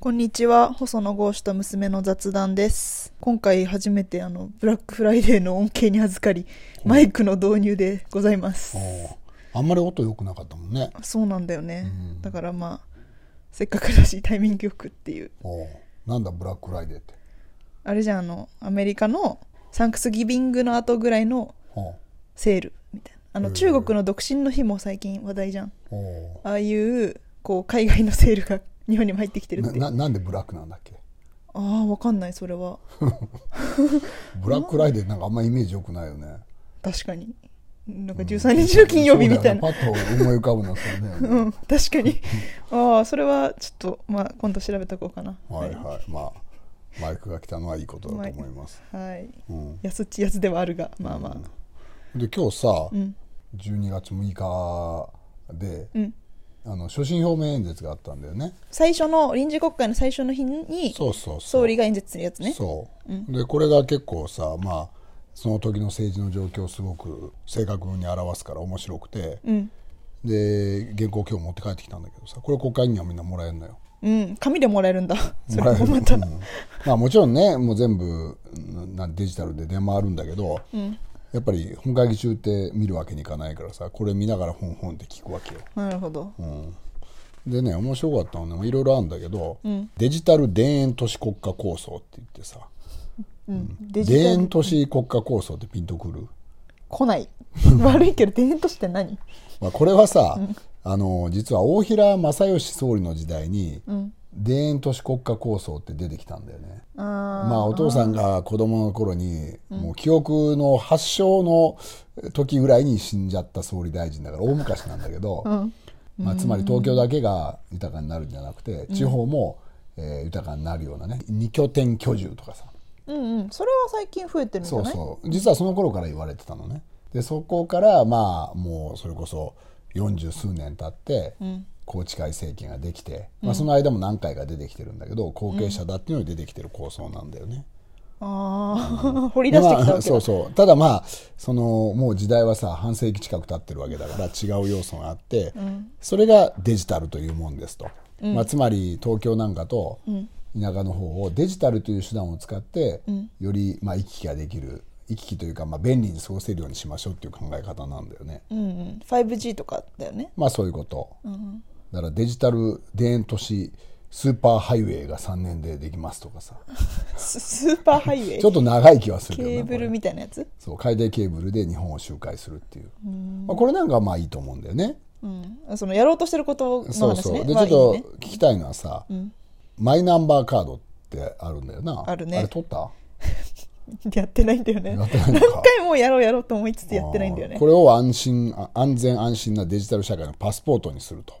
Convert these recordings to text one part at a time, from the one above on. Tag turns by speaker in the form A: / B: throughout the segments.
A: こんにちは、細野豪志と娘の雑談です。今回初めてあの、ブラックフライデーの恩恵に預かり、マイクの導入でございます。
B: あんまり音良くなかったもんね。
A: そうなんだよね
B: う。ん
A: だからまあ、せっかくだしタイミングよくっていう。
B: おうなんだブラックフライデーって。
A: あれじゃん、あの、アメリカのサンクスギビングの後ぐらいの
B: おう
A: セールみたいな。あ
B: う
A: の、
B: ん
A: 中国の独身の日も最近話題じゃん。
B: おう
A: ああいう、こう、海外のセールが日本にも入ってきてるっ
B: な
A: て。あ
B: ななんでブラックなんだっけ
A: あー、わかんない、それは。
B: ブラックフライデーなんかあんまイメージ良くないよね。
A: 確かに。なんか13日の金曜日みたいな
B: そう。だよねパッと思い浮かぶのはそれだ よ
A: う
B: ね。
A: ん、確かに。ああ、それはちょっと、まあ、今度調べとこうかな。
B: はいはい。まあ、マイクが来たのはいいことだと思います。
A: い。はい。
B: うん、
A: 安っち安ではあるが、まあまあ。
B: で今日さ、
A: うん。
B: 12月6日で、
A: うん。
B: あの所信表明演説があったんだよね。
A: 最初の、臨時国会の最初の日に、
B: そうそうそう。
A: 総理が演説するやつね。
B: そう、でこれが結構さまあその時の政治の状況をすごく正確に表すから面白くて、
A: うん。
B: で原稿を今日持って帰ってきたんだけどさこれ国会にはみんなもらえるのよ。
A: うん。紙でもらえるん だ。それ
B: もらえ
A: も
B: る
A: また。
B: うんまあ、もちろんねもう全部うんなデジタルで出回るんだけど、やっぱり本会議中って見るわけにいかないからさこれ見ながら本本って聞くわけよ。
A: なるほど。
B: うん、でね面白かったのねまあいろいろあるんだけど、
A: ん
B: デジタル田園都市国家構想って言ってさ
A: うん。デ
B: 田
A: ジタ
B: 園
A: ル。
B: 都市国家構想ってピンとくる
A: 来ない。悪いけど、電として何
B: まあ、これはさ、あの実は大平正義総理の時代に、田園都市国家構想って出てきたんだよね。
A: あ
B: まあ、お父さんが子供の頃に、もう記憶の発祥の時ぐらいに死んじゃった総理大臣だから大昔なんだけ ど、まあ、つまり東京だけが豊かになるんじゃなくて地方も、えー豊かになるようなね二拠点居住とかさ、
A: あ。うんうん。それは最近増えてるんじ
B: そ
A: ゃ
B: う
A: ない
B: そう実はその頃から言われてたのねでそこからまあもうそれこそ40数年経って、宏池会政権ができて、まあ、その間も何回か出てきてるんだけど後継者だっていうのに出てきてる構想なんだよね、
A: ああ。 掘り出
B: で
A: して
B: ま
A: きた
B: あ、
A: わけ
B: そ
A: だ。
B: うそうただまあそのもう時代はさ半世紀近く経ってるわけだから違う要素があって、それがデジタルというもんですと、まあ、つまり東京なんかと田舎の方をデジタルという手段を使ってよりまあ行き来ができる行き来というかまあ便利に過ごせるようにしましょうっていう考え方なんだよね。
A: うんうん。5G とかだよね。
B: まあそういうこと、だからデジタル田園都市スーパーハイウェイが3年でできますとかさ
A: ス スーパーハイウェイ
B: ちょ。っと長い気はするけ
A: ケ
B: どね
A: ーブ
B: これ
A: ルみたいなやつ
B: そう海底ケーブルで日本を周回するっていう、まあ、これなんかはまあいいと思うんだよね。
A: うん、そのやろうとしてることの
B: そう
A: 話
B: そう
A: ね。
B: でち
A: ま
B: ょ
A: あ
B: っと
A: いいね
B: 聞きたいのはさ、マイナンバーカードってあるんだよな
A: あるね
B: あれ取った
A: やってないんだよね。
B: やっ
A: 何
B: てないのか
A: 回もやろうやろうと思いつつやってないんだよ
B: あー
A: ね
B: こ。れを安心あ安全安心なデジタル社会のパスポートにすると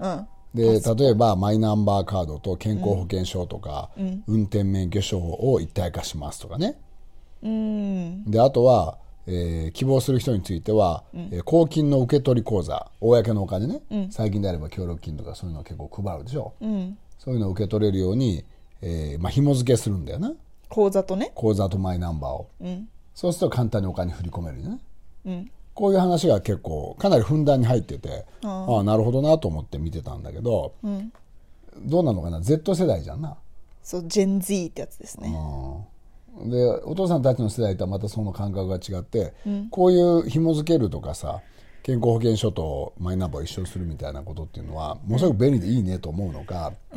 A: うん。
B: で例えばマイナンバーカードと健康保険証とか、運転免許証を一体化しますとかね
A: うん。
B: であとは、えー希望する人については、えー公金の受け取り口座公のお金ね、最近であれば協力金とかそういうのを結構配るでしょ、そういうのを受け取れるように、えーまあ、紐付けするんだよな
A: 口座とね。
B: 口座とマイナンバーを、そうすると簡単にお金振り込めるよね、
A: うん。
B: こういう話が結構かなりふんだんに入っててああなるほどなと思って見てたんだけど、どうなのかな Z 世代じゃんな、
A: そう、ジェン Z ってやつですね。
B: うんでお父さんたちの世代とはまたその感覚が違って、こういう紐付けるとかさ健康保険証とマイナンバーを一緒にするみたいなことっていうのはものすごく便利でいいねと思うのか、ち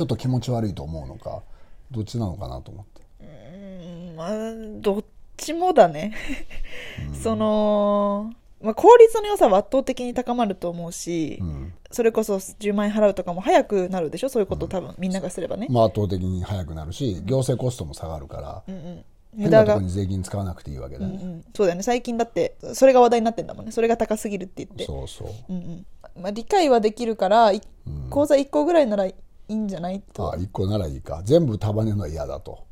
B: ょっと気持ち悪いと思うのかどっちなのかなと思って。
A: うん、まあ、どっちもだね。その、まあ、効率の良さは圧倒的に高まると思うし、
B: ん
A: それこそ10万円払うとかも早くなるでしょそういうこと多分みんながすればね。
B: まあ、圧倒的に早くなるし行政コストも下がるから、
A: 無
B: 変
A: 駄
B: なと
A: が
B: こ。に税金使わなくていいわけだよね、
A: うんそうだよね最近だってそれが話題になってんだもんねそれが高すぎるって言ってう、
B: そうそうん
A: うんまあ、理解はできるから、い口座1個ぐらいならいいんじゃないと
B: あ1個ならいいか全部束ねるのは嫌だと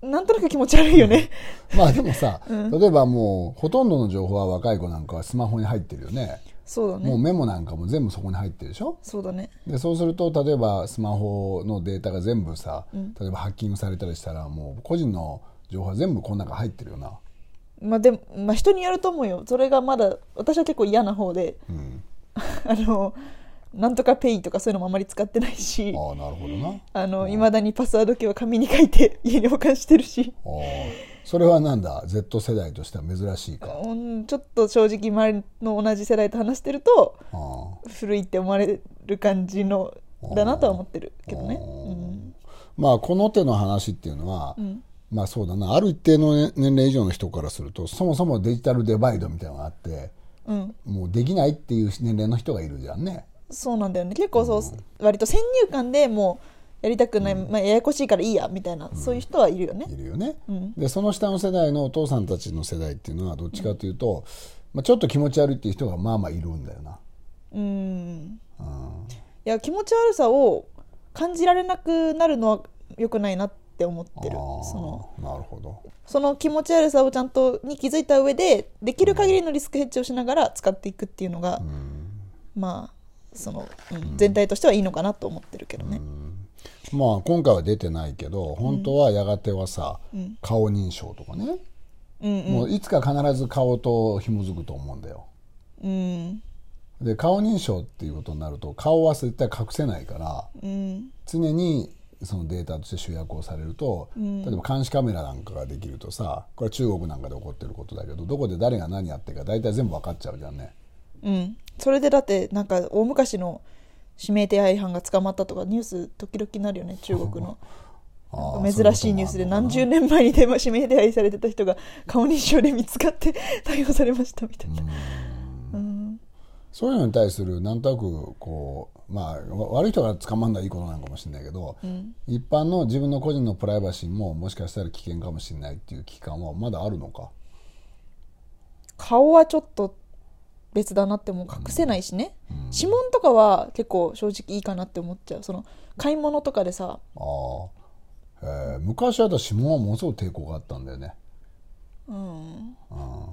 A: なんとなく気持ち悪いよね、
B: まあでもさ、例えばもうほとんどの情報は若い子なんかはスマホに入ってるよね
A: そうだ
B: もう
A: ね
B: メモなんかも全部そこに入ってるでしょ
A: そうだね
B: でそうすると例えばスマホのデータが全部さ、例えばハッキングされたりしたらもう個人の情報は全部この中入ってるよな、
A: まあでも、ま あ、人によると思うよそれがまだ私は結構嫌な方で、あのなんとかペイとかそういうのもあまり使ってないし
B: ああなるほどなあ
A: あのいまだにパスワード系は紙に書いて 家に保管してるし
B: あそれはなんだ Z 世代としては珍しいか
A: うんちょっと正直周りの同じ世代と話してると
B: ああ
A: 古いって思われる感じのだなとは思ってるけどね、うん
B: まあこの手の話っていうのは、まあそうだなある一定のね年齢以上の人からするとそもそもデジタルデバイドみたいなのがあって
A: うん、
B: もうできないっていう年齢の人がいるじゃんね
A: そうなんだよね結構そう、割と先入観でもうやりたくない、まあ、ややこしいからいいやみたいな、そういう人はいるよね
B: いるよね、でその下の世代のお父さんたちの世代っていうのはどっちかというと、まあ、ちょっと気持ち悪いっていう人がまあまあいるんだよな、
A: うん
B: うん、
A: いや気持ち悪さを感じられなくなるのは良くないなって思ってる
B: あ
A: その
B: ーなるほど
A: その気持ち悪さをちゃんとに気づいた上でできる限りのリスクヘッジをしながら使っていくっていうのが、まあその、うん全体としてはいいのかなと思ってるけどね、
B: まあ今回は出てないけど本当はやがてはさ、顔認証とかね、もういつか必ず顔と紐づくと思うんだよ
A: うん
B: で顔認証っていうことになると顔は絶対隠せないから、
A: うん
B: 常にそのデータとして集約をされると、例えば監視カメラなんかができるとさこれ中国なんかで起こってることだけどどこで誰が何やってるか大体全部分かっちゃうじゃんね
A: うんそれでだってなんか大昔の指名手配犯が捕まったとかニュース時々なるよね中国の
B: あー
A: なんか珍しいニュースで何十年前に電話指名手配されてた人が顔認証で見つかって逮捕されましたみたいな、
B: そういうのに対するなんとなくこうまあわ悪い人が捕まんないいいことなんかもしれないけど、一般の自分の個人のプライバシーももしかしたら危険かもしれないっていう期間はまだあるのか
A: 顔はちょっと別だなってもう隠せないしね、指紋とかは結構正直いいかなって思っちゃうその買い物とかでさ
B: ああ、えー昔はだ指紋はものすごく抵抗があったんだよね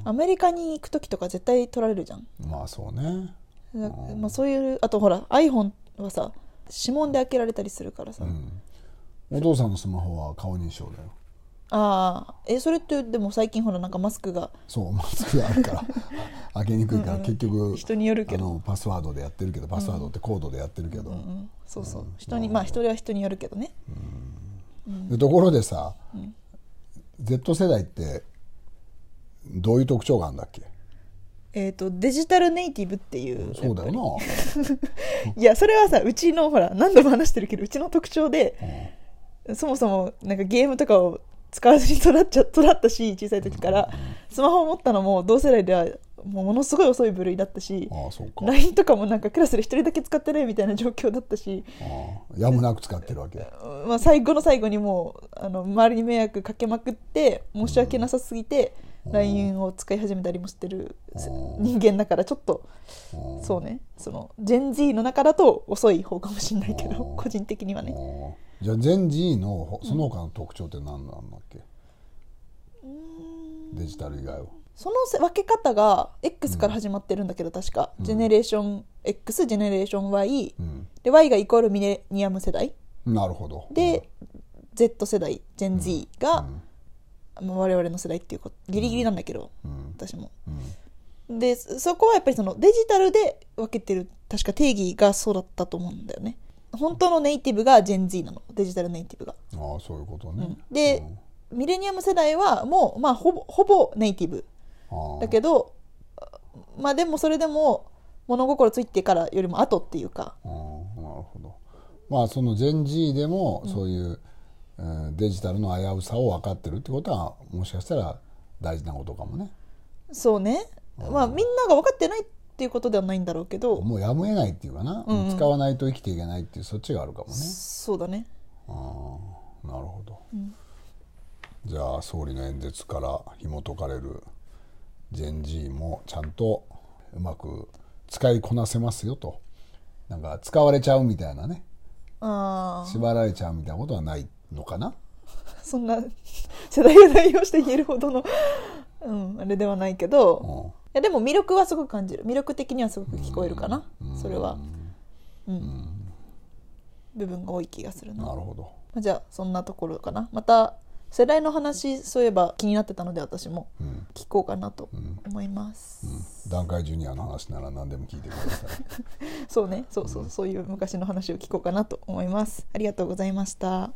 A: アメリカに行く時とか絶対取られるじゃん、
B: まあそうね
A: だまあ、そういうあとほら iPhone はさ指紋で開けられたりするからさ、
B: お父さんのスマホは顔認証だよ
A: ああえそれってでも最近ほらなんかマスクが
B: そうマスクがあるから 開けにくいから結局
A: 人によるけど
B: あのパスワードでやってるけどパスワードってコードでやってるけど、
A: そうそう人にまあ人は人によるけどね
B: でところでさ、Z 世代ってどういう特徴があるんだっけ
A: えっ、とデジタルネイティブっていう
B: そうだよ
A: いやそれはさうちのほら何度も話してるけどうちの特徴で、そもそもなんかゲームとかを使わずに育っちゃ育ったし小さい時から、スマホを持ったのも同世代ではもうものすごい遅い部類だったし
B: なああそうか
A: LINE とかもなんかクラスで一人だけ使ってないみたいな状況だったし、
B: ああやむなく使ってる わけ
A: まあ、最後の最後にもうあの周りに迷惑かけまくって申し訳なさすぎて LINE を使い始めたりもしてるせ人間だからちょっとそうねそのジェン Z の中だと遅い方かもしれないけど個人的にはね
B: ああじゃあ全 G のほその他の特徴って何なんだっけ、デジタル以外は
A: そのせ分け方が X から始まってるんだけど確か、ジェネレーション X ジェネレーション Y、で Y がイコールミレニアム世代
B: なるほど
A: で、Z 世代ジェン Z が、まあ、我々の世代っていうことギリギリなんだけど、私も、でそそこはやっぱりそのデジタルで分けてる確か定義がそうだったと思うんだよね本当のネイティブがジェン Z なのデジタルネイティブが
B: ああそういうことね、
A: で、ミレニアム世代はもう、まあ、ほぼほぼネイティブ
B: ああ
A: だけどまあでもそれでも物心ついてからよりも後っていうか
B: ああなるほどまあその GenG でもそういう、えーデジタルの危うさを分かってるってことはもしかしたら大事なことかもね
A: そうねまあみんなが分かってないっていうことではないんだろうけど
B: もうやむを得ないっていうかな、使わないと生きていけないっていうそっちがあるかもね
A: そうだね
B: ああなるほど、じゃあ総理の演説から紐解かれる GenG もちゃんとうまく使いこなせますよとなんか使われちゃうみたいなね
A: ああ
B: 縛られちゃうみたいなことはないのかな
A: そんな 世代を代表して言えるほどの、うん、あれではないけど、
B: うん
A: いやでも魅力はすごく感じる魅力的にはすごく聞こえるかな、それは、うん部分が多い気がするな
B: なるほど
A: まあじゃあそんなところかなまた世代の話そういえば気になってたので私も聞こうかなと思います、
B: 段階ジュニアの話なら何でも聞いてください。
A: そうねそうそうそういう昔の話を聞こうかなと思いますありがとうございました